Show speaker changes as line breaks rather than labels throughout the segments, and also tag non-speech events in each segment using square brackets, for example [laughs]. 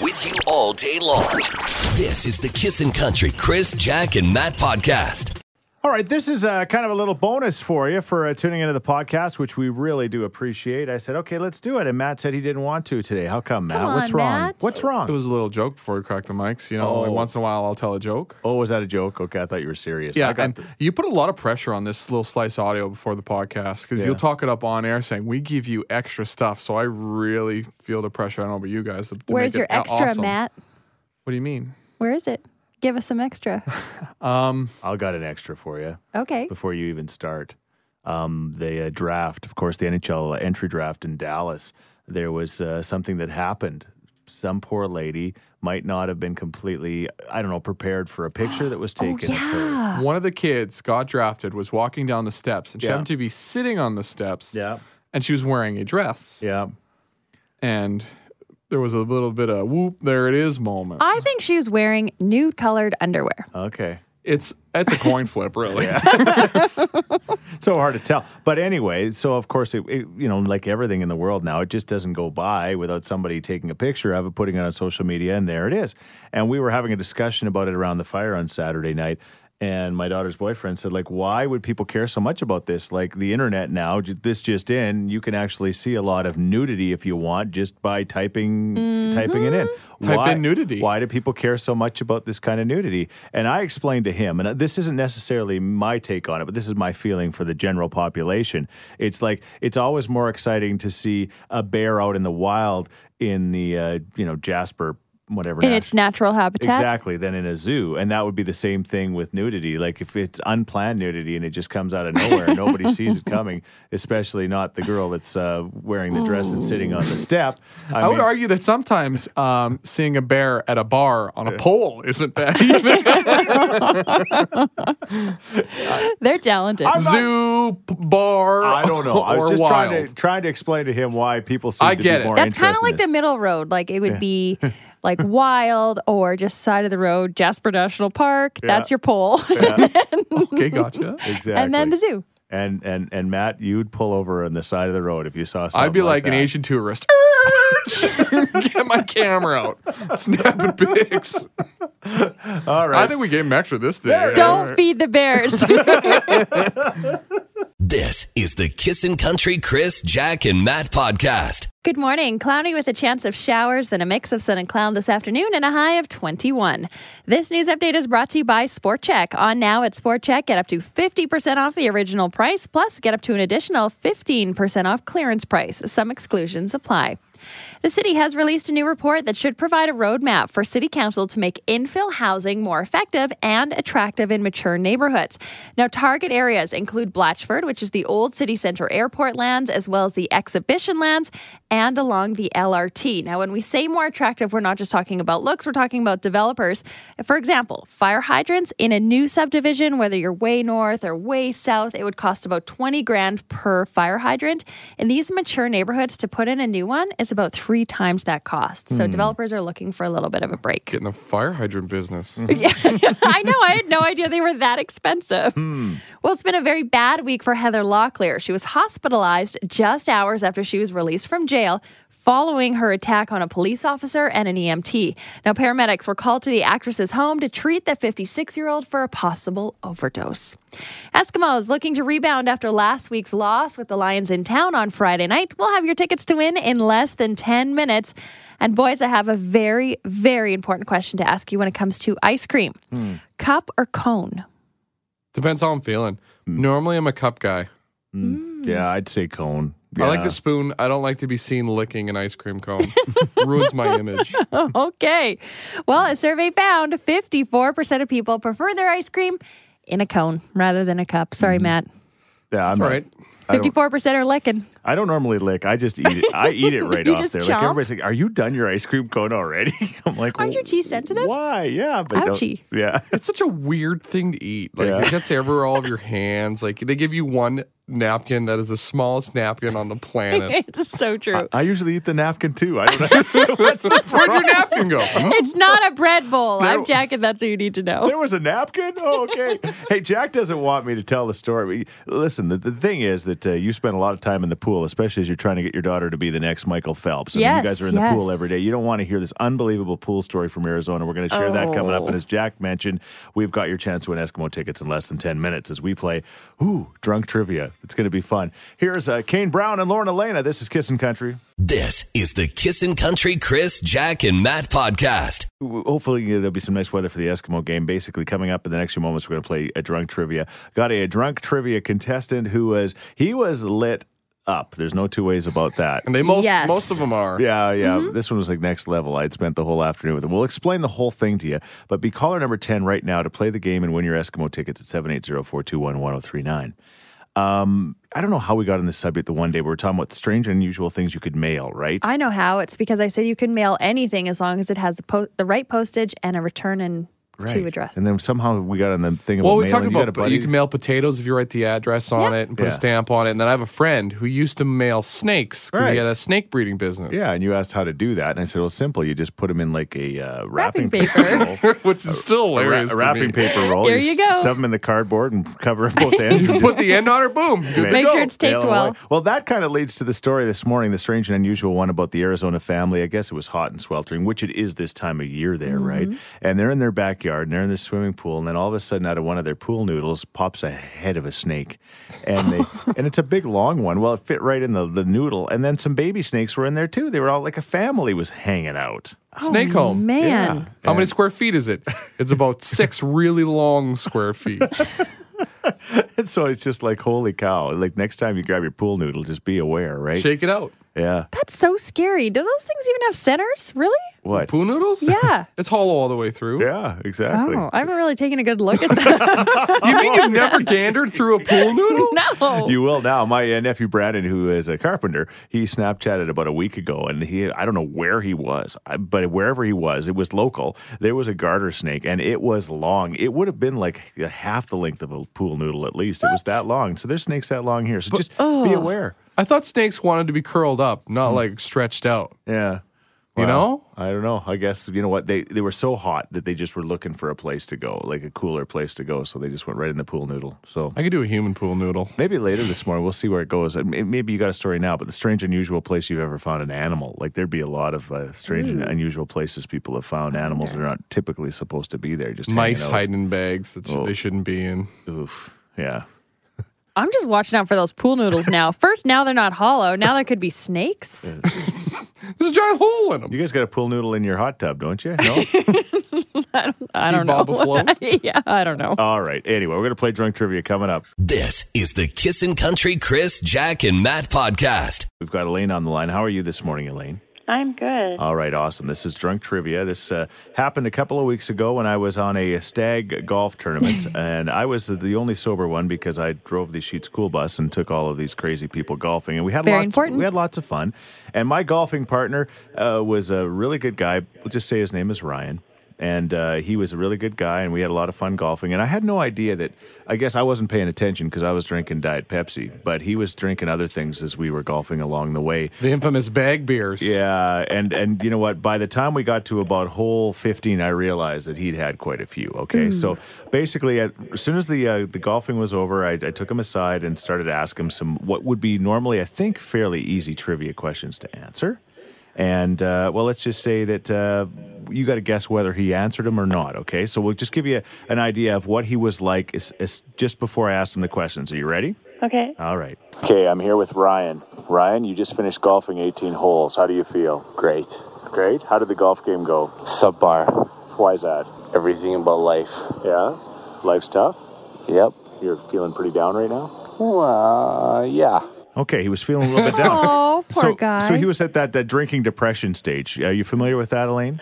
with you all day long. This is the Kissin' Country Chris, Jack, and Matt podcast.
All right, this is uh kind of a little bonus for you for uh, tuning into the podcast, which we really do appreciate. I said, okay, let's do it. And Matt said he didn't want to today. How come, Matt?
Come
What's
on,
wrong?
Matt.
What's wrong?
It was a little joke before we cracked the mics. You know, like
Oh.
once in a while I'll tell a joke.
oh, was that a joke? Okay, I thought you were serious. I
Yeah,
got
and
th-
you put a lot of pressure on this little slice audio before the podcast because
Yeah.
you'll talk it up on air saying we give you extra stuff. So I really feel the pressure. I don't know about you guys. To, to
Where's
make
your
it a-
extra,
awesome.
Matt?
What do you mean?
Where is it? Give us
[laughs]
some extra.
I'll got an extra for you
Okay.
before you even start. Um, the uh, draft, of course, the NHL uh, entry draft in Dallas. There was uh, something that happened. Some poor lady might not have been completely, I don't know, prepared for a picture
[gasps]
that was taken. of her.
Oh, yeah.
One of the kids got drafted, was walking down the steps, and she
Yeah.
happened to be sitting on the steps.
Yeah.
And she was wearing a dress.
Yeah.
And there was a little bit of whoop, there it is moment.
I think she was wearing nude colored underwear.
Okay.
it's it's a coin flip, really.
[laughs] so hard to tell. But anyway, so of course, it, it, you know, like everything in the world now, it just doesn't go by without somebody taking a picture of it, putting it on social media, and there it is. And we were having a discussion about it around the fire on Saturday night. And my daughter's boyfriend said, like, why would people care so much about this? Like the internet now, j- this just in, you can actually see a lot of nudity if you want just by typing typing it in.
Type
Why-
in nudity.
Why do people care so much about this kind of nudity? And I explained to him, and this isn't necessarily my take on it, but this is my feeling for the general population. It's like it's always more exciting to see a bear out in the wild in the uh, you know Jasper whatever
In
nat-
its natural habitat.
Exactly, than in a zoo. And that would be the same thing with nudity. Like if it's unplanned nudity and it just comes out of nowhere
[laughs]
and nobody sees it coming, especially not the girl that's uh, wearing the dress and sitting on the step.
I, would
mean-
argue that sometimes um, seeing a bear at a bar on a pole isn't
[laughs]
that either.
[laughs] They're talented.
I'm not-
Zoo, p- bar.
I don't know. I was
or
just
wild.
trying to trying to explain to him why people seem
I
to
get
be
it.
more
That's kind of
interested in
like the
this.
middle road. Like it
[laughs]
would be like wild or just side of the road, Jasper National Park. That's your pole. [laughs]
Okay, gotcha.
[laughs] exactly.
and then the zoo.
And and and Matt, you'd pull over on the side of the road if you saw something.
I'd be like, an
that.
Asian tourist. [laughs] Get my camera out. Snapping pics.
All right.
I think we gave him extra this day.
There it
Don't feed
[laughs]
the bears.
This is the Kissin' Country Chris, Jack, and Matt podcast.
Good morning. Cloudy with a chance of showers, then a mix of sun and cloud this afternoon, and a high of 21. This news update is brought to you by Sport Check. On now at Sport Check, get up to 50% off the original price, plus get up to an additional 15% off clearance price. Some exclusions apply. The city has released a new report that should provide a roadmap for City Council to make infill housing more effective and attractive in mature neighborhoods. Now, target areas include Blatchford, which is the old city center airport lands, as well as the exhibition lands, and along the LRT. Now, when we say more attractive, we're not just talking about looks, we're talking about developers. For example, fire hydrants in a new subdivision, whether you're way north or way south, it would cost about 20 grand per fire hydrant. In these mature neighborhoods, to put in a new one is about three times that cost. So developers are looking for a little bit of a break.
Getting the fire hydrant business.
Mm-hmm.
[laughs] I know. I had no idea they were that expensive. Well, it's been a very bad week for Heather Locklear. She was hospitalized just hours after she was released from jail following her attack on a police officer and an EMT. Now, paramedics were called to the actress's home to treat the 56 year old for a possible overdose. Eskimos looking to rebound after last week's loss with the Lions in town on Friday night. We'll have your tickets to win in less than 10 minutes. And boys, I have a very, very important question to ask you when it comes to ice cream cup or cone? [laughs]
Depends how I'm feeling.
Mm.
Normally, I'm a cup guy.
yeah, I'd say cone.
I like
Yeah.
the spoon. I don't like to be seen licking an ice cream cone. Ruins my image.
okay. Well, a survey found 54% of people prefer their ice cream in a cone rather than a cup. Sorry, Matt.
Yeah, I'm
All
not-
right.
Mm. I don't,
54% are licking.
I don't normally lick. I just eat it.
[laughs]
I eat it right
You
off
just
there.
chomp?
Like everybody's like, "Are you done your ice cream cone already?" [laughs] I'm like,
Aren't you cheese sensitive?
Why? Yeah, but don't-
Ouchie.
yeah.
It's such a weird thing to eat. Like
Yeah.
it gets everywhere, all of your hands. Like they give you one napkin that is the smallest napkin on
[laughs]
the planet.
[laughs] it's
[laughs]
so true.
I usually eat the napkin too. I don't [laughs]
[laughs]
understand what's the
Where'd your
problem.
napkin go? Hmm?
It's not a bread bowl. I'm
There-
Jack, and that's what you need to know.
There was a napkin? Oh,
[laughs]
okay. hey, Jack doesn't want me to tell the story. but you- Listen, the, the thing is that uh, you spend a lot of time in the pool, especially as you're trying to get your daughter to be the next Michael Phelps. And
Yes,
you guys are in
yes.
the pool every day. You don't want to hear this unbelievable pool story from Arizona. We're going to share that coming up.
Oh.
And as Jack mentioned, we've got your chance to win Eskimo tickets in less than 10 minutes as we play Ooh, Drunk Trivia. It's going to be fun. Here's uh, Kane Brown and Lauren Elena. This is Kissin' Country.
This is the Kissin' Country Chris, Jack, and Matt podcast.
w- hopefully uh, there'll be some nice weather for the Eskimo game. Basically, coming up in the next few moments, we're going to play a drunk trivia. Got a, drunk trivia contestant who was he was lit up. There's no two ways about
[laughs]
that.
And they most
Yes.
most of them are.
Yeah, yeah. This one was like next level. I'd spent the whole afternoon with him. We'll explain the whole thing to you. But be caller number 10 right now to play the game and win your Eskimo tickets at 780-421-1039. Um, I don't know how we got on this subject the one day. We were talking about the strange and unusual things you could mail, right?
I know how. It's because I said you can mail anything as long as it has the, po- the right postage and a return and to address.
And then somehow we got on the thing
Well,
about
we
mailing.
talked
You got a
about but you
buddy?
can mail potatoes if you write the address on it and put
Yeah.
a stamp on it. And then I have a friend who used to mail snakes because
Right.
he had a snake breeding business.
Yeah, and you asked how to do that, and I said, "Well, simple. You just put them in like a uh,
Wrapping
wrapping,
paper.
roll,
[laughs] Which is still
a, wra-
[laughs] hilarious.
a
to
wrapping
me.
paper roll.
There you
s-
go.
Stuff them in the cardboard and cover up
[laughs]
both ends. and
[laughs] Put the end on it, boom. good to
Make
go.
sure it's taped
Nail it
well.
away. Well, that kind of leads to the story this morning, the strange and unusual one about the Arizona family. I guess it was hot and sweltering, which it is this time of year there, right?
Mm-hmm.
And they're in their backyard and they're in their swimming pool, and then all of a sudden, out of one of their pool noodles, pops a head of a snake, and
[laughs]
they and it's a big long one. Well, it fit right in the the noodle, and then some baby snakes were in there too. They were all like a family was hanging out. [laughs]
Snake home.
oh, Man.
How many square feet is it? It's
[laughs]
about six really long square feet.
And so it's just like holy cow! Like next time you grab your pool noodle, just be aware, right?
Shake it out.
Yeah.
That's so scary. Do those things even have centers?
[laughs]
Really?
What?
Poo noodles?
Yeah.
It's hollow all the way through.
Yeah. Exactly.
Oh, I haven't really taken a good look at that. [laughs]
You mean
[laughs]
you've never gandered through a pool noodle?
no.
You will now. My uh, nephew Brandon, who is a carpenter, he Snapchatted about a week ago, and he—I don't know where he was, I- but wherever he was, it was local. There was a garter snake, and it was long. It would have been like half the length of a pool noodle, at least. It was that long. So there's snakes that long here. So just be aware.
I thought snakes wanted to be curled up,
Mm.
not like stretched out.
Yeah.
You know?
I don't know. I guess you know what they—they were so hot that they just were looking for a place to go, like a cooler place to go. So they just went right in the pool noodle. So
I could do a human pool noodle.
Maybe later this morning we'll see where it goes. Uh, may- Maybe you got a story now, but the strange, unusual place you've ever found an animal. Like there'd be a lot of uh, strange and unusual places people have found animals that are not typically supposed to be there. Just hanging
Mice
out.
hiding in bags that sh-
Oh.
they shouldn't be in.
Oof. Yeah.
I'm just watching out for those pool noodles [laughs] now. First, now they're not hollow. Now there could be snakes.
There's a giant hole in them.
You guys got a pool noodle in your hot tub, don't you? No.
I don't [laughs]
bob
know.
afloat.
[laughs] yeah, I don't know.
All right. Anyway, we're gonna play drunk trivia coming up.
This is the Kissin' Country Chris, Jack, and Matt podcast.
We've got Elaine on the line. How are you this morning, Elaine?
I'm good.
All right, awesome. This is drunk trivia. This uh, happened a couple of weeks ago when I was on a stag golf
[laughs]
tournament, and I was the only sober one because I drove the Sheets Cool Bus and took all of these crazy people golfing, and we had
Very
lots.
important.
We had lots of fun, and my golfing partner uh, was a really good guy. We'll just say his name is Ryan. And uh, he was a really good guy, and we had a lot of fun golfing. And I had no idea that I guess I wasn't paying attention because I was drinking Diet Pepsi, but he was drinking other things as we were golfing along the way.
The infamous bag beers.
Yeah, and and you know what? By the time we got to about hole fifteen, I realized that he'd had quite a few. Okay, so basically, at, as soon as the uh, the golfing was over, I, I took him aside and started to ask him some what would be normally, I think, fairly easy trivia questions to answer. And uh, well, let's just say that uh, you got to guess whether he answered them or not. Okay, so we'll just give you an idea of what he was like is, is just before I asked him the questions. Are you ready?
Okay.
All right. Okay, I'm here with Ryan. Ryan, you just finished golfing 18 holes. How do you feel?
Great.
Great. How did the golf game go?
Subpar.
Why is that?
Everything about life.
Yeah? Life's tough?
Yep.
You're feeling pretty down right now?
Well, uh, yeah.
Okay, he was feeling a little bit down.
Oh, [laughs] poor
so,
guy.
So he was at that, that drinking depression stage. Are you familiar with that, Elaine?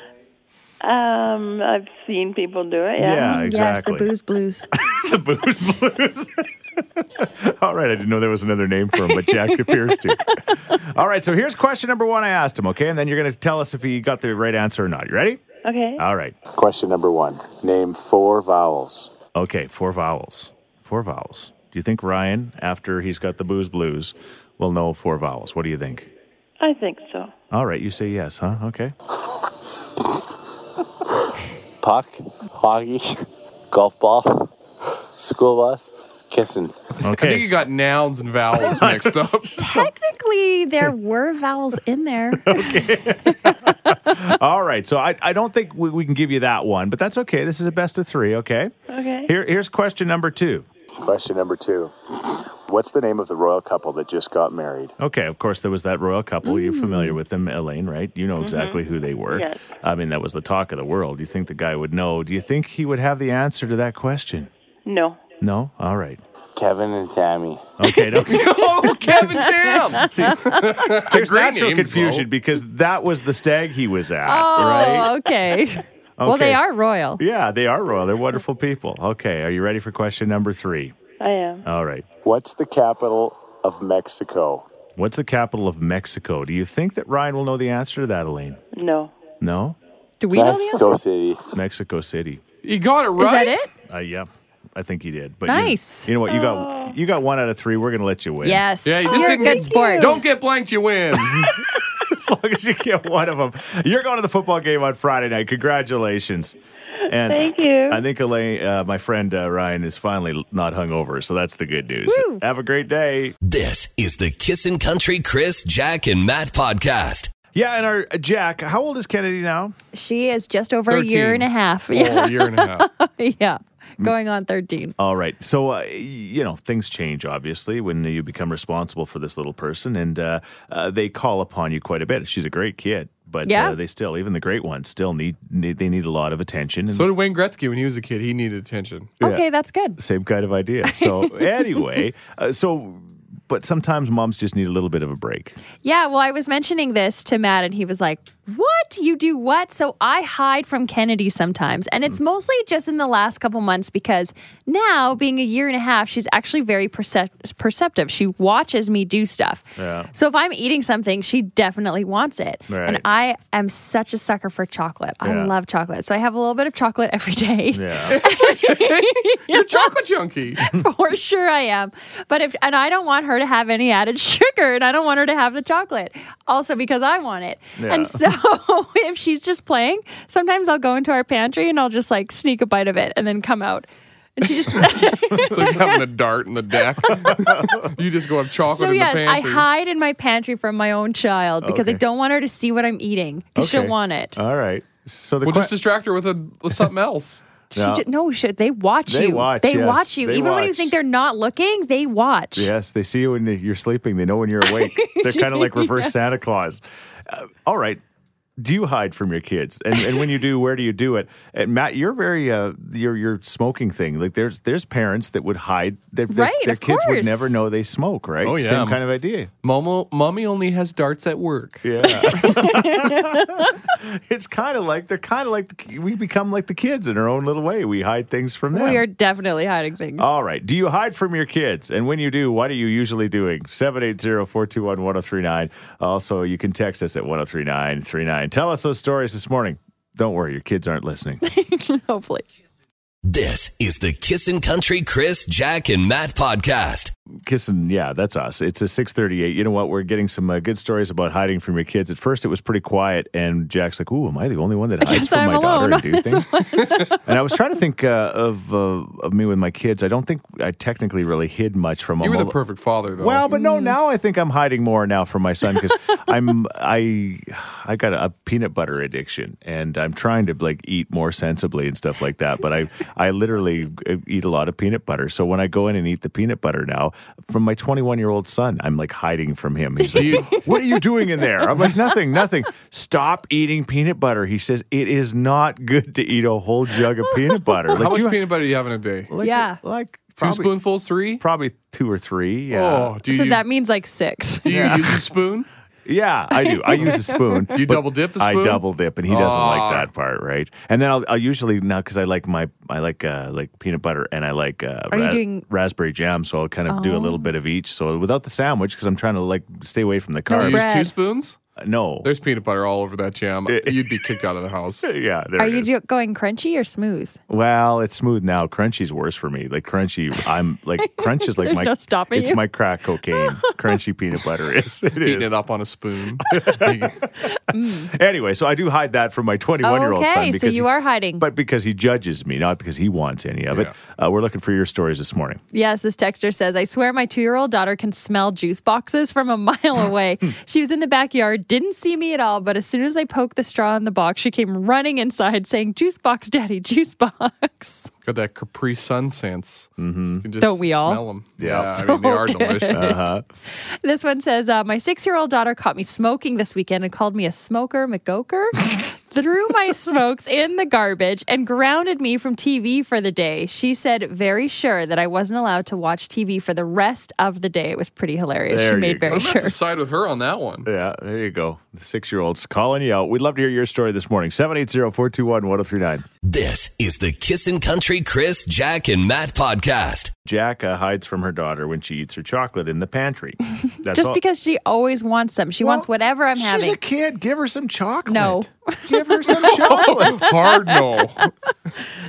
Um, I've seen people do it. Yeah.
exactly.
Yes, the booze blues.
the booze blues. [laughs] All right, I didn't know there was another name for him, but Jack appears to.
[laughs]
All right, so here's question number one I asked him, okay? And then you're going to tell us if he got the right answer or not. You ready?
Okay.
All right. Question number one Name four vowels. Okay, four vowels. Four vowels. Do you think Ryan, after he's got the booze blues, will know four vowels? What do you think?
I think so.
All right, you say yes, huh? Okay.
Puck, hockey, [laughs] golf ball, [laughs] school bus, kissing.
Okay.
[laughs] I think you got nouns and vowels mixed
[laughs]
[laughs]
up.
Technically, there were vowels in there.
All right. So I, I don't think we, we can give you that one, but that's okay. This is a best of three, okay?
Okay.
Here, here's question number two.
Question number two. What's the name of the royal couple that just got married?
Okay, of course, there was that royal couple. You're familiar with them, Elaine, right? You know exactly who they were.
Mm. Mm-hmm. Yes.
I mean, that was the talk of the world. You think the guy would know? Do you think he would have the answer to that question?
No.
No? All right.
Kevin and Tammy.
[laughs]
Okay. No,
oh, Kevin
[laughs]
Tam. [laughs]
see, there's
great
natural
names,
confusion
though.
because that was the stag he was at,
Oh,
right?
okay. Well,
Okay.
they are royal.
Yeah, they are royal. They're wonderful people. Okay, are you ready for question number three?
I am.
All right.
What's the capital of Mexico?
What's the capital of Mexico? Do you think that Ryan will know the answer to that, Elaine?
No.
No?
Do we know the answer?
Mexico City.
Mexico City.
You got it
Is
right.
that it?
Uh, yeah, I think you did. But
Nice. Oh.
You, you know what? You got you got one out of three. We're gonna let you win.
Yes.
Yeah, you just
are a
didn't-
good sport.
Don't get blanked,
[laughs]
you win.
[laughs] as long as you get one of them, you're going to the football game on Friday night. Congratulations. And
Thank you.
I think Elaine, uh, my friend uh, Ryan, is finally not hungover, so that's the good news.
Woo.
Have a great day.
This is the Kissin' Country Chris, Jack, and Matt podcast.
Yeah, and our uh, Jack, how old is Kennedy now?
She is just over a year
13.
and a half. [laughs] Yeah.
Oh, year and a half.
yeah. Going on 13.
All right. So, uh, y- you know, things change, obviously, when you become responsible for this little person, and uh, uh, they call upon you quite a bit. She's a great kid, but
Yeah.
uh, they still, even the great ones, still need, need they need a lot of attention. And
So did Wayne Gretzky when he was a kid. He needed attention.
Okay, that's good.
same kind of idea. So, anyway, uh, so, but sometimes moms just need a little bit of a break.
Yeah, well, I was mentioning this to Matt, and he was like, What? You do what? So I hide from Kennedy sometimes. And
Mm.
it's mostly just in the last couple months because now, being a year and a half, she's actually very percep- perceptive. She watches me do stuff.
Yeah.
So if I'm eating something, she definitely wants it.
Right.
And I am such a sucker for chocolate.
Yeah.
I love chocolate. So I have a little bit of chocolate [laughs] every day.
Yeah. [laughs]
[laughs]
You're a chocolate junkie.
for sure I am. But if and I don't want her to have any added [laughs] sugar and I don't want her to have the chocolate. Also because I want it.
Yeah.
And so [laughs] if she's just playing, sometimes I'll go into our pantry and I'll just like sneak a bite of it and then come out. And
[laughs]
she just [laughs]
It's like having a dart in the deck. [laughs] you just go have chocolate
So
in
yes,
the
I
pantry.
hide in my pantry from my own child because I
Oh, Okay.
don't want her to see what I'm eating. 'cause
Okay. Uh,
She'll want it.
All right. So the
We'll just
question.
distract her with, a, with something else.
She
No.
no, no shit, they watch
They
you.
watch,
they
yes.
watch you.
They
Even when you
watch.
think they're not looking, they watch.
[laughs] Yes, they see you when you're sleeping. They know when you're awake. They're kind of
[laughs]
like reverse Santa Claus. Uh, all right. Do you hide from your kids? And, and when you do, where do you do it? And Matt, you're very uh, your your smoking thing. Like there's there's parents that would hide. Their, their,
Right,
their
of
kids would
course.
never know they smoke. Right.
Oh, yeah.
Same kind of idea.
Momo, mommy only has darts at work.
[laughs]
Yeah. [laughs] it's kind of like they're kind of like the, we become like the kids in our own little way. We hide things from them.
We are definitely hiding things.
All right. Do you hide from your kids? And when you do, what are you usually doing? 780-421-1039. Also, you can text us at 103939. Tell us those stories this morning. Don't worry, your kids aren't
[laughs]
listening.
[laughs] Hopefully.
This is the Kissin' Country Chris, Jack, and Matt podcast.
Kissing, yeah, that's us. It's a 638. You know what? We're getting some uh, good stories about hiding from your kids. At first, it was pretty quiet, and Jack's like, ooh, am I the only one that hides
guess
from
I'm
my daughter and
alone on [laughs]
do things? [laughs] and I was trying to think uh, of, uh, of me with my kids. I don't think I technically really hid much from
You
them.
were the
Although-
perfect father, though.
Well, but no, now I think I'm hiding more now from my son
[laughs]
because I'm I I got a, peanut butter addiction and I'm trying to like eat more sensibly and stuff like that. But I I literally uh, eat a lot of peanut butter. So when I go in and eat the peanut butter now from my 21 year old son, I'm like hiding from him. He's
Do you-
like, [laughs] "What are you doing in there?" I'm like, "Nothing, nothing." Stop eating peanut butter. He says it is not good to eat a whole jug of peanut
[laughs]
butter. Like
how much
you-
peanut butter do you have in a day?
like-
Yeah.
like.
Two
probably-
spoonfuls, three?
Probably two or three. Yeah.
Oh, do
so
you,
that means like six.
do you use
[laughs]
a spoon?
Yeah, I do. I use a spoon.
Do [laughs] you
but
double dip the spoon?
I double dip, and he doesn't
Aw.
like that part, right? And then I'll, I'll usually now because I like my I like uh, like peanut butter and I like uh,
Are you doing- Oh.
raspberry jam, so I'll kind of do a little bit of each. So without the sandwich, because I'm trying to like stay away from the
No
carbs.
Do you
Uh,
bread.
use two spoons?
No.
There's peanut butter all over that jam.
[laughs]
You'd be kicked out of the house.
yeah. There
Are
it
you
is.
do- going crunchy or smooth?
Well, it's smooth now. Crunchy's worse for me. Like crunchy, I'm
[laughs]
like crunch is like
There's
my
no stopping
it's
you.
my crack
[laughs]
cocaine. crunchy peanut butter is it
Eating
is.
it up on a
[laughs]
spoon.
Anyway, so I do hide that from my 21 year old son
okay, so
because
you
he-
are hiding.
but because he judges me, not because he wants any of it. Uh, we're looking for your stories this
[laughs]
morning.
Yes, this texter says, I swear my two year old daughter can smell juice boxes from a [laughs] mile
[laughs]
away. she was in the backyard, didn't see me at all, but as soon as I poked the straw in the box, she came running inside saying, Juice box, daddy, juice box.
Got that Capri Sun sense. Mm-hmm. Just
Don't we all?
Smell them.
Yeah.
I mean, they are
So
delicious.
Uh-huh.
This one says, uh, My six year old daughter caught me smoking this weekend and called me a smoker McGoker, [laughs] threw my smokes in the garbage, and grounded me from TV for the day. She said, very sure that I wasn't allowed to watch TV for the rest of the day. It was pretty hilarious.
There
she
you
made
go.
very
I'm going to
sure.
have to side with her on that one.
Yeah, there you go. The six year old's calling you out. We'd love to hear your story this morning. 780 421 1039.
This is the Kissin' Country Chris, Jack, and Matt podcast.
Jack uh, hides from her daughter when she eats her chocolate in the
[laughs]
pantry. That's
Just
all-
because she always wants them. She wants
Well,
whatever I'm
she's
having.
a kid. Give her some chocolate.
No.
[laughs] Give her some [laughs] chocolate.
[laughs] Hard no. [laughs]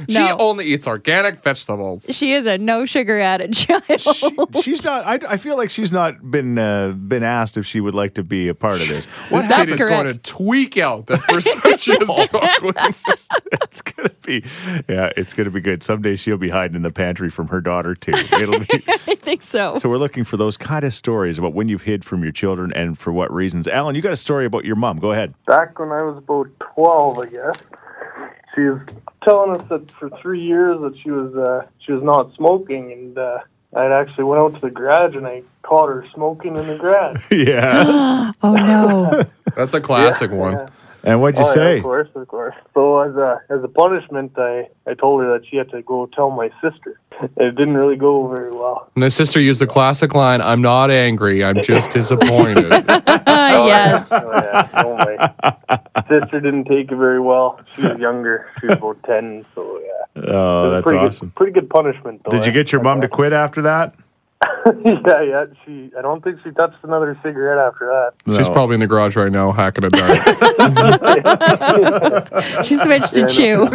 She
No.
only eats organic vegetables.
she is a no sugar added [laughs] child.
She, she's not. I, I feel like she's not been uh, been asked if she would like to be a part of this.
This
That's
kid is going to
correct.
tweak out [laughs] the first search is chocolates.
[laughs] It's gonna be, yeah, it's gonna be good. Someday she'll be hiding in the pantry from her daughter too. It'll be,
[laughs] I think so.
so we're looking for those kind of stories about when you've hid from your children and for what reasons. Alan, you got a story about your mom. Go
[laughs]
ahead.
back when I was about 12, I guess. She was telling us that for three years that she was uh, she was not smoking, and uh, I actually went out to the garage and I caught her smoking in the garage.
Yes.
Oh no.
[laughs] That's a classic one.
[laughs] and what'd you
Oh, yeah,
say?
of course, of course. So as a as a punishment, I I told her that she had to go tell my sister. [laughs] It didn't really go very well.
And the sister used the classic line, I'm not angry, I'm [laughs] just disappointed.
[laughs] Ah,
[laughs]
yes.
Oh, yeah. oh my sister didn't take it very well. She was younger. She was about ten, so yeah.
oh, that's
pretty
awesome.
Good, pretty good punishment. Though,
Did you
eh?
get your mom to quit after that?
[laughs] yeah, yeah. She, I don't think she touched another cigarette after that.
She's
No.
probably in the garage right now hacking a [laughs] dart.
She switched to chew. [laughs]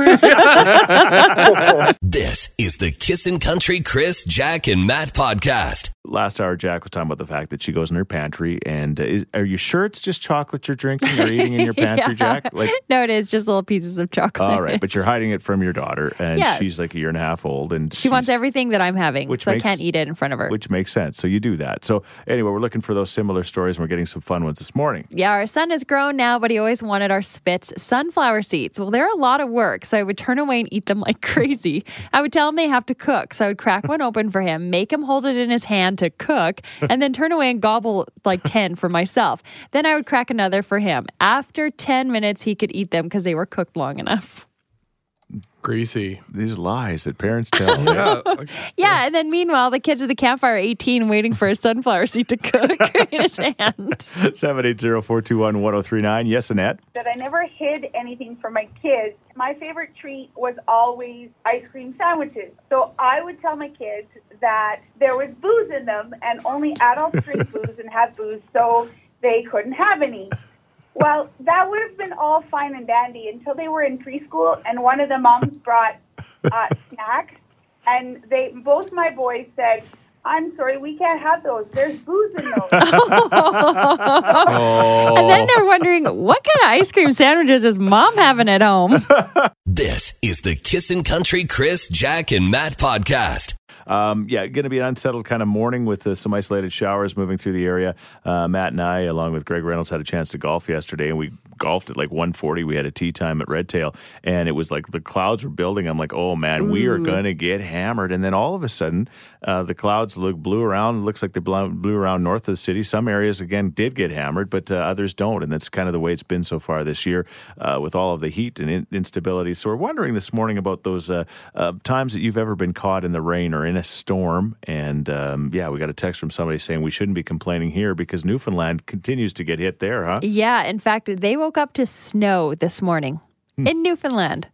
This is the Kissin' Country Chris, Jack, and Matt podcast.
Last hour, Jack was talking about the fact that she goes in her pantry and uh, is, are you sure it's just chocolate you're drinking or eating
[laughs]
in your pantry, Jack? Like,
No, it is just little pieces of chocolate.
all right, but
[laughs]
you're hiding it from your daughter, and
Yes.
she's like a year and a half old, and
She wants
she's-
everything that I'm having,
Which
so
makes-
I can't eat it in front of her.
which makes sense. So you do that. So anyway, we're looking for those similar stories, and we're getting some fun ones this morning.
yeah, our son is grown now, but he always wanted our Spitz sunflower seeds. Well, they're a lot of work, so I would turn away and eat them like [laughs] crazy. I would tell him they have to cook, so I would crack one open for him, make him hold it in his hand to cook, and then turn away and gobble like 10 for myself. Then I would crack another for him. After 10 minutes, he could eat them because they were cooked long enough.
Greasy.
These lies that parents tell.
[laughs] Yeah. like,
Yeah, and then meanwhile, the kids at the campfire are 18 waiting for a sunflower seed to cook [laughs] in his hand.
780-421-1039. Yes, Annette.
that I never hid anything from my kids. My favorite treat was always ice cream sandwiches. So I would tell my kids that there was booze in them and only adults drink booze and have booze, so they couldn't have any. Well, that would have been all fine and dandy until they were in preschool and one of the moms brought uh, snacks. And they both my boys said, I'm sorry, we can't have those. There's booze in those.
oh.
And then they're wondering what kind of ice cream sandwiches is mom having
[laughs]
at home?
This is the Kissin' Country Chris, Jack, and Matt podcast.
Um, yeah, going to be an unsettled kind of morning with uh, some isolated showers moving through the area. Uh, Matt and I, along with Greg Reynolds, had a chance to golf yesterday, and we golfed at like 1:40. We had a tee time at Red Tail, and it was like the clouds were building. I'm like, oh man, we are going to get hammered. And then all of a sudden, uh, the clouds look blew around. Looks like they blew blew around north of the city. Some areas again did get hammered, but uh, others don't, and that's kind of the way it's been so far this year uh, with all of the heat and in- instability. So we're wondering this morning about those uh, uh, times that you've ever been caught in the rain or in a storm. And um, yeah, we got a text from somebody saying we shouldn't be complaining here because Newfoundland continues to get hit there, huh? Hmm.
Yeah, in fact, they woke up to snow this morning in Newfoundland.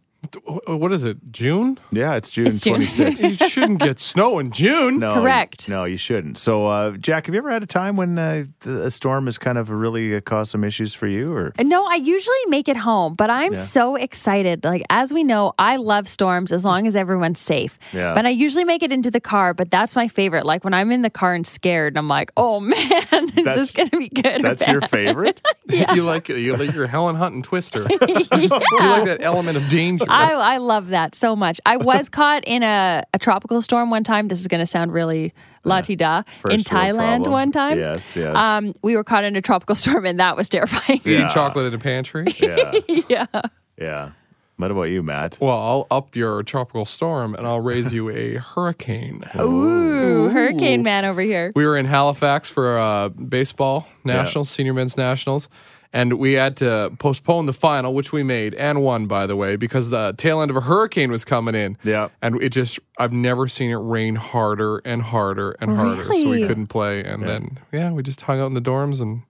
Wh- What is it? June?
Yeah, it's June
It's June.
26th.
You shouldn't get snow in June.
No,
Correct.
No, you shouldn't. So, uh, Jack, have you ever had a time when uh, th- a storm has kind of really uh, caused some issues for you?
[laughs]
Or
No, I usually make it home, but I'm so excited. Like as we know, I love storms as long as everyone's safe.
Yeah.
But I usually make it into the car, but that's my favorite. Like when I'm in the car and scared, and I'm like, "Oh [laughs] man, is
That's-
this going to be good?" or
that's your
bad?
favorite?
[laughs] You like you like your Helen Hunt and [laughs] Twister. You like that element of danger.
I, I love that so much.
[laughs]
I was caught in a, a tropical storm one time. This is going to sound really la ti da.
First
In
world
Thailand
problem.
one time.
Yes, yes.
Um, we were caught in a tropical [laughs] storm, and that was terrifying. [laughs]
You
Yeah.
eat chocolate in a pantry.
yeah,
yeah.
yeah. What about you, Matt?
Well, I'll up your tropical storm and I'll raise you [laughs] a hurricane.
Ooh, Hurricane Man over here.
We were in Halifax for uh, baseball nationals, senior men's nationals, and we had to postpone the final, which we made and won, by the way, because the tail end of a hurricane was coming in.
Yeah.
and it just—I've never seen it rain harder and harder and harder. So we
Really?
couldn't play, and then yeah, we just hung out in the dorms, and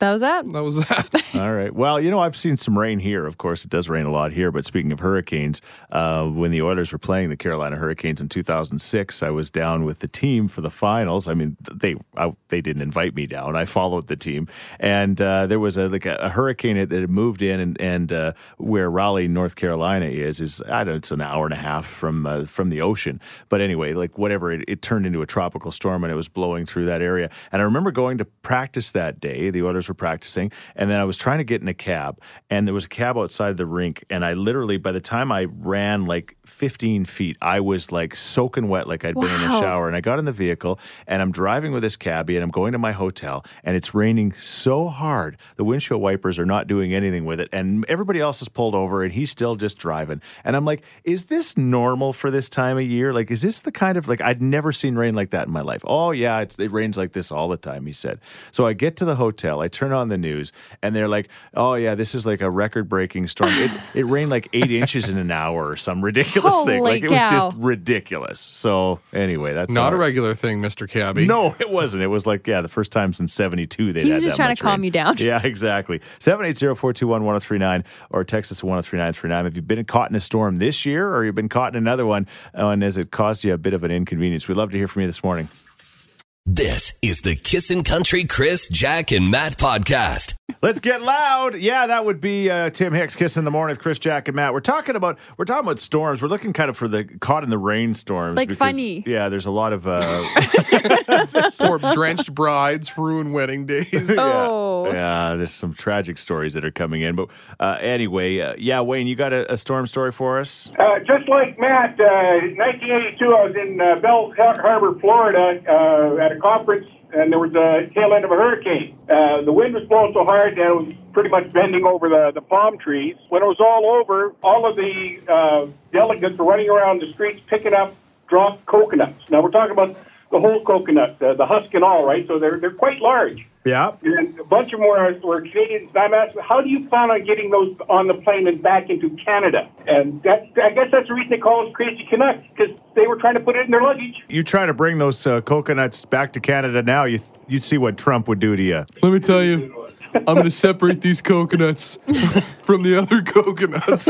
That was that.
that was [laughs] that.
All right. Well, you know, I've seen some rain here. Of course, it does rain a lot here. But speaking of hurricanes, uh, when the Oilers were playing the Carolina Hurricanes in 2006, I was down with the team for the finals. I mean, th- they I, they didn't invite me down. I followed the team, and uh, there was a like a, a hurricane that had moved in, and, and uh, where Raleigh, North Carolina, is is I don't. know, It's an hour and a half from uh, from the ocean. But anyway, like whatever, it, it turned into a tropical storm, and it was blowing through that area. And I remember going to practice that day. The Oilers were practicing, and then I was trying to get in a cab, and there was a cab outside the rink. And I literally, by the time I ran like 15 feet, I was like soaking wet, like I'd been in the
Wow.
shower. And I got in the vehicle, and I'm driving with this cabbie, and I'm going to my hotel, and it's raining so hard, the windshield wipers are not doing anything with it, and everybody else is pulled over, and he's still just driving. And I'm like, is this normal for this time of year? Like, is this the kind of like I'd never seen rain like that in my life? Oh yeah, it's, it rains like this all the time. He said. So I get to the hotel, I turn on the news, and they're like, oh yeah, this is like a record-breaking storm.
[sighs]
It, it rained like eight inches in an hour or some ridiculous thing.
Holy
Like it was
cow.
just ridiculous. So anyway, that's
Not a
our-
regular thing, Mister Cabby.
No, it wasn't. It was like yeah, the first time since '72 they
He
had
was
that
just trying to
much
calm
rain.
you down.
Yeah, exactly. 780-421-1039 or text us at 103939. If you've been caught in a storm this year or you've been caught in another one, uh, and has it caused you a bit of an inconvenience? We'd love to hear from you this morning.
This is the Kissin' Country Chris, Jack, and Matt podcast.
Let's get loud. Yeah, that would be uh, Tim Hicks kiss in the morning with Chris Jack and Matt. We're talking about we're talking about storms. We're looking kind of for the caught in the rain storms.
Like
because,
funny.
Yeah, there's a lot of uh,
[laughs] or drenched brides ruin wedding days. [laughs]
Oh.
Yeah, there's some tragic stories that are coming in. But uh, anyway, uh, yeah, Wayne, you got a, a storm story for us?
Uh, just like Matt, uh, in 1982, I was in uh, Bell Har- Harbor, Florida, uh, at a conference, and there was a tail end of a hurricane. Uh, the wind was blowing so hard that it was pretty much bending over the, the palm trees. When it was all over, all of the uh, delegates were running around the streets picking up dropped coconuts. Now, we're talking about the whole coconut, uh, the husk and all, right? So they're, they're quite large.
Yeah.
And a bunch of them were, were Canadians. And I'm asking, how do you plan on getting those on the plane and back into Canada? And that, I guess that's the reason they call us Crazy Canucks, because they were trying to put it in their luggage.
You try to bring those uh, coconuts back to Canada now, you th- you'd see what Trump would do to you.
Let me tell you, I'm going to separate these coconuts [laughs] from the
[laughs]
other coconuts.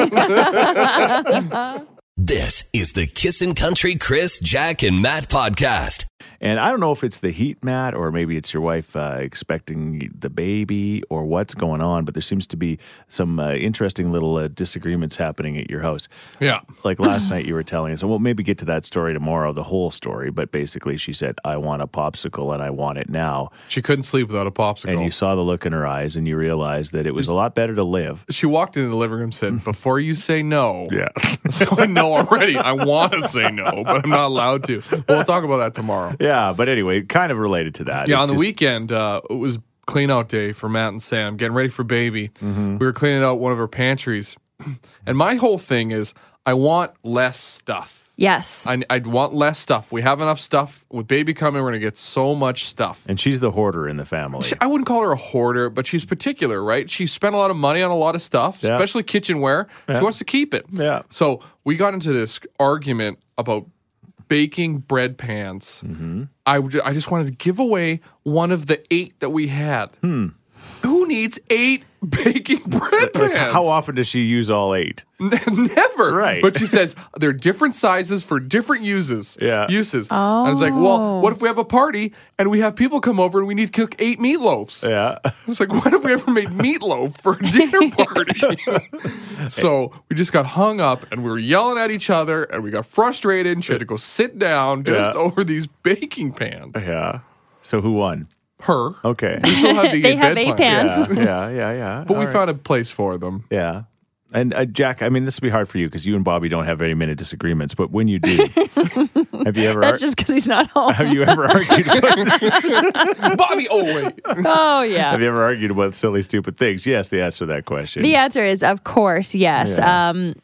This is the Kissin' Country Chris, Jack, and Matt podcast.
And I don't know if it's the heat, Matt, or maybe it's your wife uh, expecting the baby or what's going on, but there seems to be some uh, interesting little uh, disagreements happening at your house.
yeah.
Like last [sighs] night, you were telling us, and we'll maybe get to that story tomorrow, the whole story. But basically, she said, I want a popsicle and I want it now.
She couldn't sleep without a popsicle.
and you saw the look in her eyes and you realized that it was a lot better to live.
she walked into the living room and said, Before you say no.
Yeah.
[laughs]
[laughs]
So I know already. I want to say no, but I'm not allowed to. We'll talk about that tomorrow.
Yeah, but anyway, kind of related to that.
Yeah,
It's
on the
just-
weekend, uh, it was clean out day for Matt and Sam, getting ready for baby.
Mm-hmm.
We were cleaning out one of our pantries. [clears throat] And my whole thing is, I want less stuff.
Yes.
I, I'd want less stuff. We have enough stuff. With baby coming, we're going to get so much stuff.
And she's the hoarder in the family.
She- I wouldn't call her a hoarder, but she's particular, right? She spent a lot of money on a lot of stuff,
Yeah.
especially kitchenware. She wants to keep it.
Yeah.
So we got into this argument about baking bread pans.
Mm-hmm.
I, would- I just wanted to give away one of the eight [laughs] that we had. Who needs eight baking bread
Hmm. Like,
pans.
how often does she use all eight?
[laughs] Never.
Right.
But she says they're different sizes for different uses.
Yeah.
Uses. And I was like, well,
Oh.
what if we have a party and we have people come over and we need to cook eight meatloafs?
Yeah.
It's like, what if we ever made meatloaf for a dinner
[laughs]
party? [laughs] so we just got hung up and we were yelling at each other and we got frustrated and she had to go sit down just
Yeah.
over these baking pans.
Yeah. Oh. So who won?
Her. [laughs]
Okay.
We still have
[laughs]
the
They
eight
have
bed
eight
plans.
pans.
yeah, yeah, yeah, yeah.
But
All
we
right.
found a place for them.
Yeah. And uh, Jack, I mean, this will be hard for you because you and Bobby don't have any minute disagreements. But when you
[laughs]
do, have you ever
[laughs] That's just because he's not
[laughs]
home.
have you ever argued about,
Bobby, oh wait. [laughs]
oh yeah.
have you ever argued about silly, stupid things? Yes, the answer to that question.
The answer is, of course, yes.
Yeah.
Um,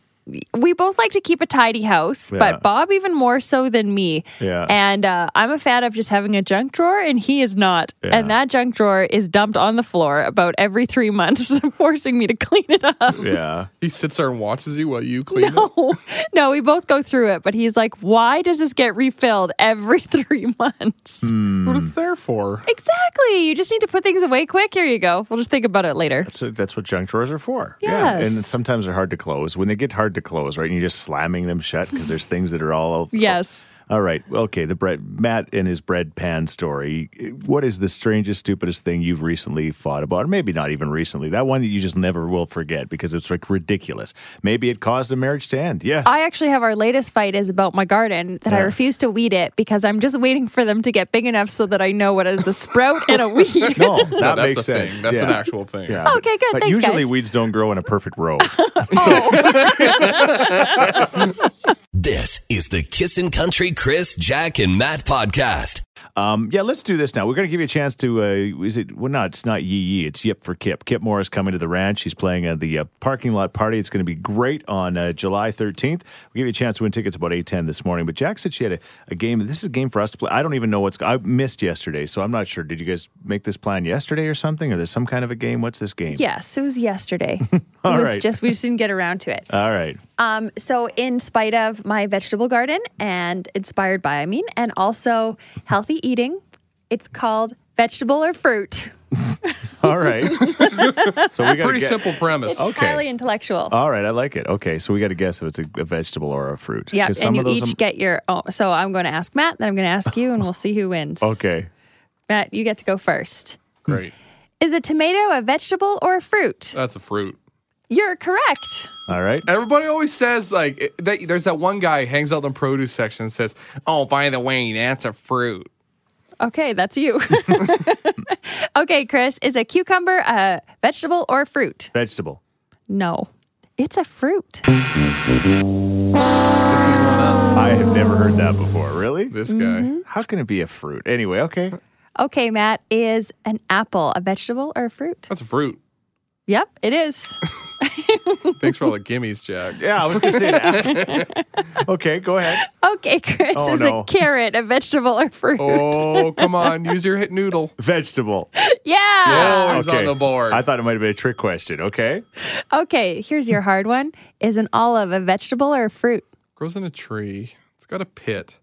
we both like to keep a tidy house,
Yeah.
but Bob even more so than me.
Yeah.
And uh, I'm a fan of just having a junk drawer, and he is not. And that junk drawer is dumped on the floor about every three months, [laughs] forcing me to clean it up.
yeah.
[laughs]
He sits there and watches you while you clean it.
no, we both go through it, but he's like, "Why does this get refilled every [laughs] three months?"
Hmm.
That's what it's there for.
Exactly. You just need to put things away quick. Here you go. We'll just think about it later.
So that's what junk drawers are for.
Yes.
And sometimes they're hard to close. When they get hard to close, right? And you're just slamming them shut because there's things that are all.
Yes.
All right. Okay. The bread, Matt and his bread pan story. What is the strangest, stupidest thing you've recently fought about? Or maybe not even recently. That one that you just never will forget because it's like ridiculous. Maybe it caused a marriage to end. Yes.
I actually have our latest fight is about my garden that I
Yeah.
refuse to weed it because I'm just waiting for them to get big enough so that I know what is a sprout
[laughs]
and a weed.
no, that
No, that's
makes
a
sense.
thing. That's
yeah.
an actual thing.
Yeah,
Oh, Okay, good.
But
Thanks,
usually
guys.
weeds don't grow in a perfect
[laughs]
row.
This is the Kissin' Country Chris, Jack, and Matt podcast.
Um, yeah, let's do this now. We're going to give you a chance to. Uh, is it? Well, no, it's not Yee Yee. It's Yip for Kip. Kip Moore is coming to the ranch. He's playing at the uh, parking lot party. It's going to be great on uh, July 13th. We'll give you a chance to win tickets about 8:10 this morning. But Jack said she had a, a game. This is a game for us to play. I don't even know what's. I missed yesterday, so I'm not sure. Did you guys make this plan yesterday or something? Or there's some kind of a game? What's this game?
Yes, it
[laughs]
was yesterday.
All
it was
right.
just we just didn't get around to it.
All right.
Um, so, in spite of my vegetable garden and inspired by, I mean, and also healthy eating, it's called vegetable or fruit.
All
[laughs]
right. so we got
Pretty simple premise.
Okay. Uh,
Highly intellectual.
All right, I like it. Okay, so we got to guess if it's a, a vegetable or a fruit.
yeah,
'Cause
and you
am-
each get your own. So, I'm going to ask Matt, then I'm going to ask you, and we'll see who wins.
Okay.
Matt, you get to go first.
Great.
Is a tomato a vegetable or a fruit?
That's a fruit.
You're correct.
All right.
Everybody always says like it- that, there's that one guy hangs out in the produce section and says, "Oh, by the way, that's a fruit."
Okay,
[laughs]
that's you. okay, Chris, is a cucumber a vegetable or fruit?
Vegetable.
No, it's a fruit.
This is one up.
I have never heard that before. Really?
This guy.
Mm-hmm.
How can it be a fruit? Anyway, okay.
Okay, Matt, is an apple a vegetable or a fruit?
That's a fruit.
Yep, it is. [laughs]
Thanks for all the gimmies, Jack.
Yeah, I was going to say that.
[laughs]
okay, go ahead.
Okay, Chris,
Oh,
is
[laughs]
no.
a carrot a vegetable or fruit?
[laughs] Oh, come on, use your hit noodle.
Vegetable.
Yeah.
[laughs] Yeah.
He's on the board.
I thought it might have been a trick question. Okay.
Okay, here's your hard one. Is an olive a vegetable or a fruit?
Grows in a tree. It's got a pit.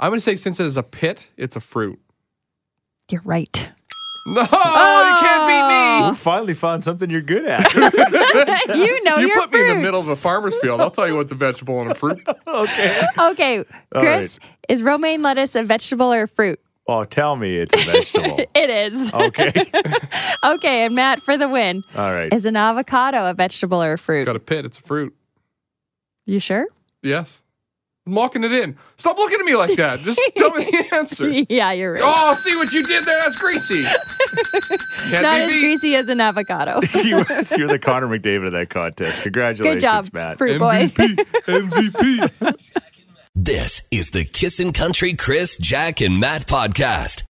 I'm gonna say since it is a pit, it's a fruit.
You're right. [laughs]
No, you can't beat me.
Oh.
We finally found something you're good at. [laughs]
you know
you
your
put me in the middle of a
Oh, fruits.
farmer's field. I'll tell you what's a vegetable and
[laughs]
a fruit.
okay.
[laughs]
Okay,
All
Chris, is romaine lettuce a vegetable or a fruit?
Well, Oh, tell me it's a vegetable.
It is.
Okay.
[laughs] Okay, and Matt for the win.
All right.
Is an avocado a vegetable or a fruit?
Got a pit. It's a fruit.
You sure? [laughs]
Yes. I'm locking it in. Stop looking at me like that. Just tell me the
[laughs]
answer.
yeah, you're right.
Oh, see what you did there?
[laughs]
That's greasy. Can't
Not
be
as
beat.
greasy as an avocado. [laughs]
[laughs] you, you're the Connor McDavid of that contest.
Good
Congratulations,
job,
Matt.
fruit boy.
MVP. MVP.
This is the Kissin' Country Chris, Jack, and Matt podcast.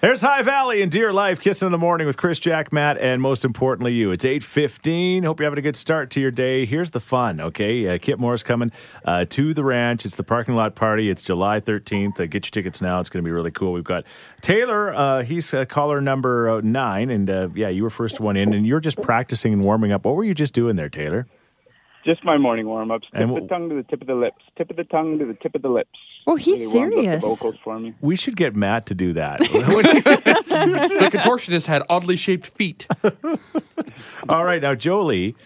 Here's High Valley and Dear Life, Kissing in the Morning with Chris, Jack, Matt, and most importantly, you. It's 8.15. Hope you're having a good start to your day. Here's the fun, okay? Uh, Kip Moore's coming uh, to the ranch. It's the parking lot party. It's July 13th. Uh, get your tickets now. It's going to be really cool. We've got Taylor. Uh, he's uh, caller number uh, nine. And, uh, yeah, you were first one in, and you're just practicing and warming up. What were you just doing there, Taylor?
Just my morning warm ups. Tip
And
of the
wh-
tongue to the tip of the lips. Tip of the tongue to the tip of the lips.
Oh, he's
warms up the
serious.
vocals for me.
We should get Matt to do that. [laughs]
[laughs]
the contortionist had oddly shaped feet.
All right, now Jolie,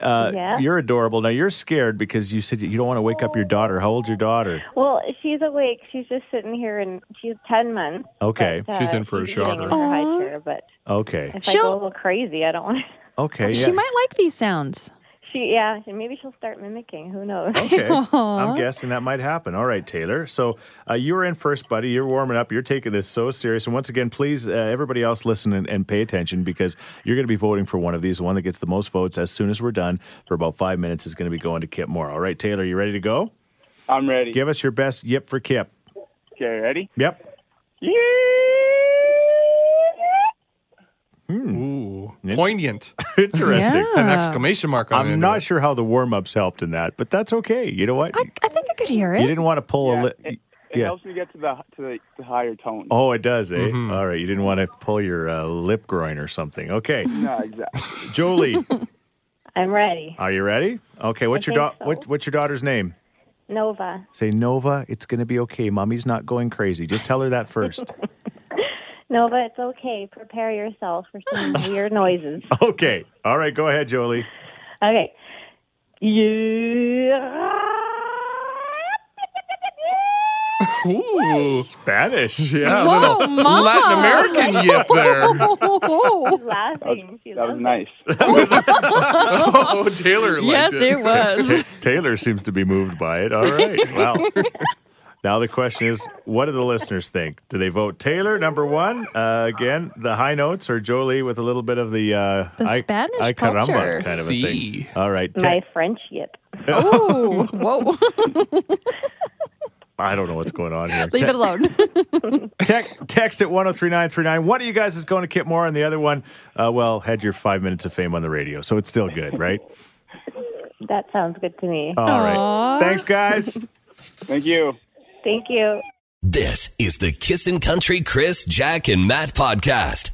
uh,
Yeah?
you're adorable. Now you're scared because you said you don't want to wake up your daughter. How old's your daughter?
Well, she's awake. She's just sitting here, and she's ten months.
Okay.
but, uh,
She's in for a
she's sitting
shocker.
in her high chair, but
Okay,
if I go a little crazy, I don't [laughs] want.
okay, yeah.
She might like these sounds.
She yeah, and maybe she'll start mimicking. Who knows?
Okay, I'm guessing that might happen. All right, Taylor. So uh, you were in first, buddy. You're warming up. You're taking this so serious. And once again, please, uh, everybody else, listen and, and pay attention because you're going to be voting for one of these. The one that gets the most votes as soon as we're done for about five minutes is going to be going to Kip Moore. All right, Taylor, you ready to go?
I'm ready.
Give us your best yip for Kip.
Okay, ready?
Yep. [laughs]
Ooh, poignant.
Hmm. Interesting.
An exclamation mark on the
I'm
end
not sure how the warm ups helped in that, but that's okay. You know what?
I think I could hear it.
you didn't want to pull a. Li-
It helps me get to the to the, the higher tone.
Oh, it does, eh? All right. You didn't want to pull your uh, lip groin or something.
[laughs]
Okay.
No, exactly.
Jolie,
[laughs] I'm ready.
are you ready? Okay. What's
I
your da-
think so.
what, what's your daughter's name?
Nova.
Say Nova. It's going to be okay. Mommy's not going crazy. Just tell her that
[laughs]
first.
Nova, it's okay. Prepare yourself for
[laughs]
some weird noises.
okay. All right. Go ahead, Jolie. Oh.
Okay. Yeah.
Ooh.
Spanish. [laughs]
Yeah, a
Whoa,
little
Mom.
Latin American yip
[laughs]
there.
She's laughing. She
That was nice.
oh, Taylor liked
Yes, it
[laughs]
was.
Ta- Taylor seems to be moved by it. All right.
[laughs]
Wow. Now the question is, what do the listeners think? Do they vote Taylor number one? Uh, again, the high notes, or Jolie with a little bit of the uh,
The
I-
Spanish
I caramba
culture.
kind of a
Si.
thing. All right, Ta-
my French yip.
Oh, whoa. [laughs]
I don't know what's going on here.
[laughs] Leave
Ta-
it alone.
Tec- text at 103939. One of you guys is going to Kip Moore, and the other one, uh, well, had your five minutes of fame on the radio. So it's still good, right?
That sounds good to me.
All right. Thanks, guys.
Thank you.
Thank you.
This is the Kissin' Country Chris, Jack, and Matt podcast.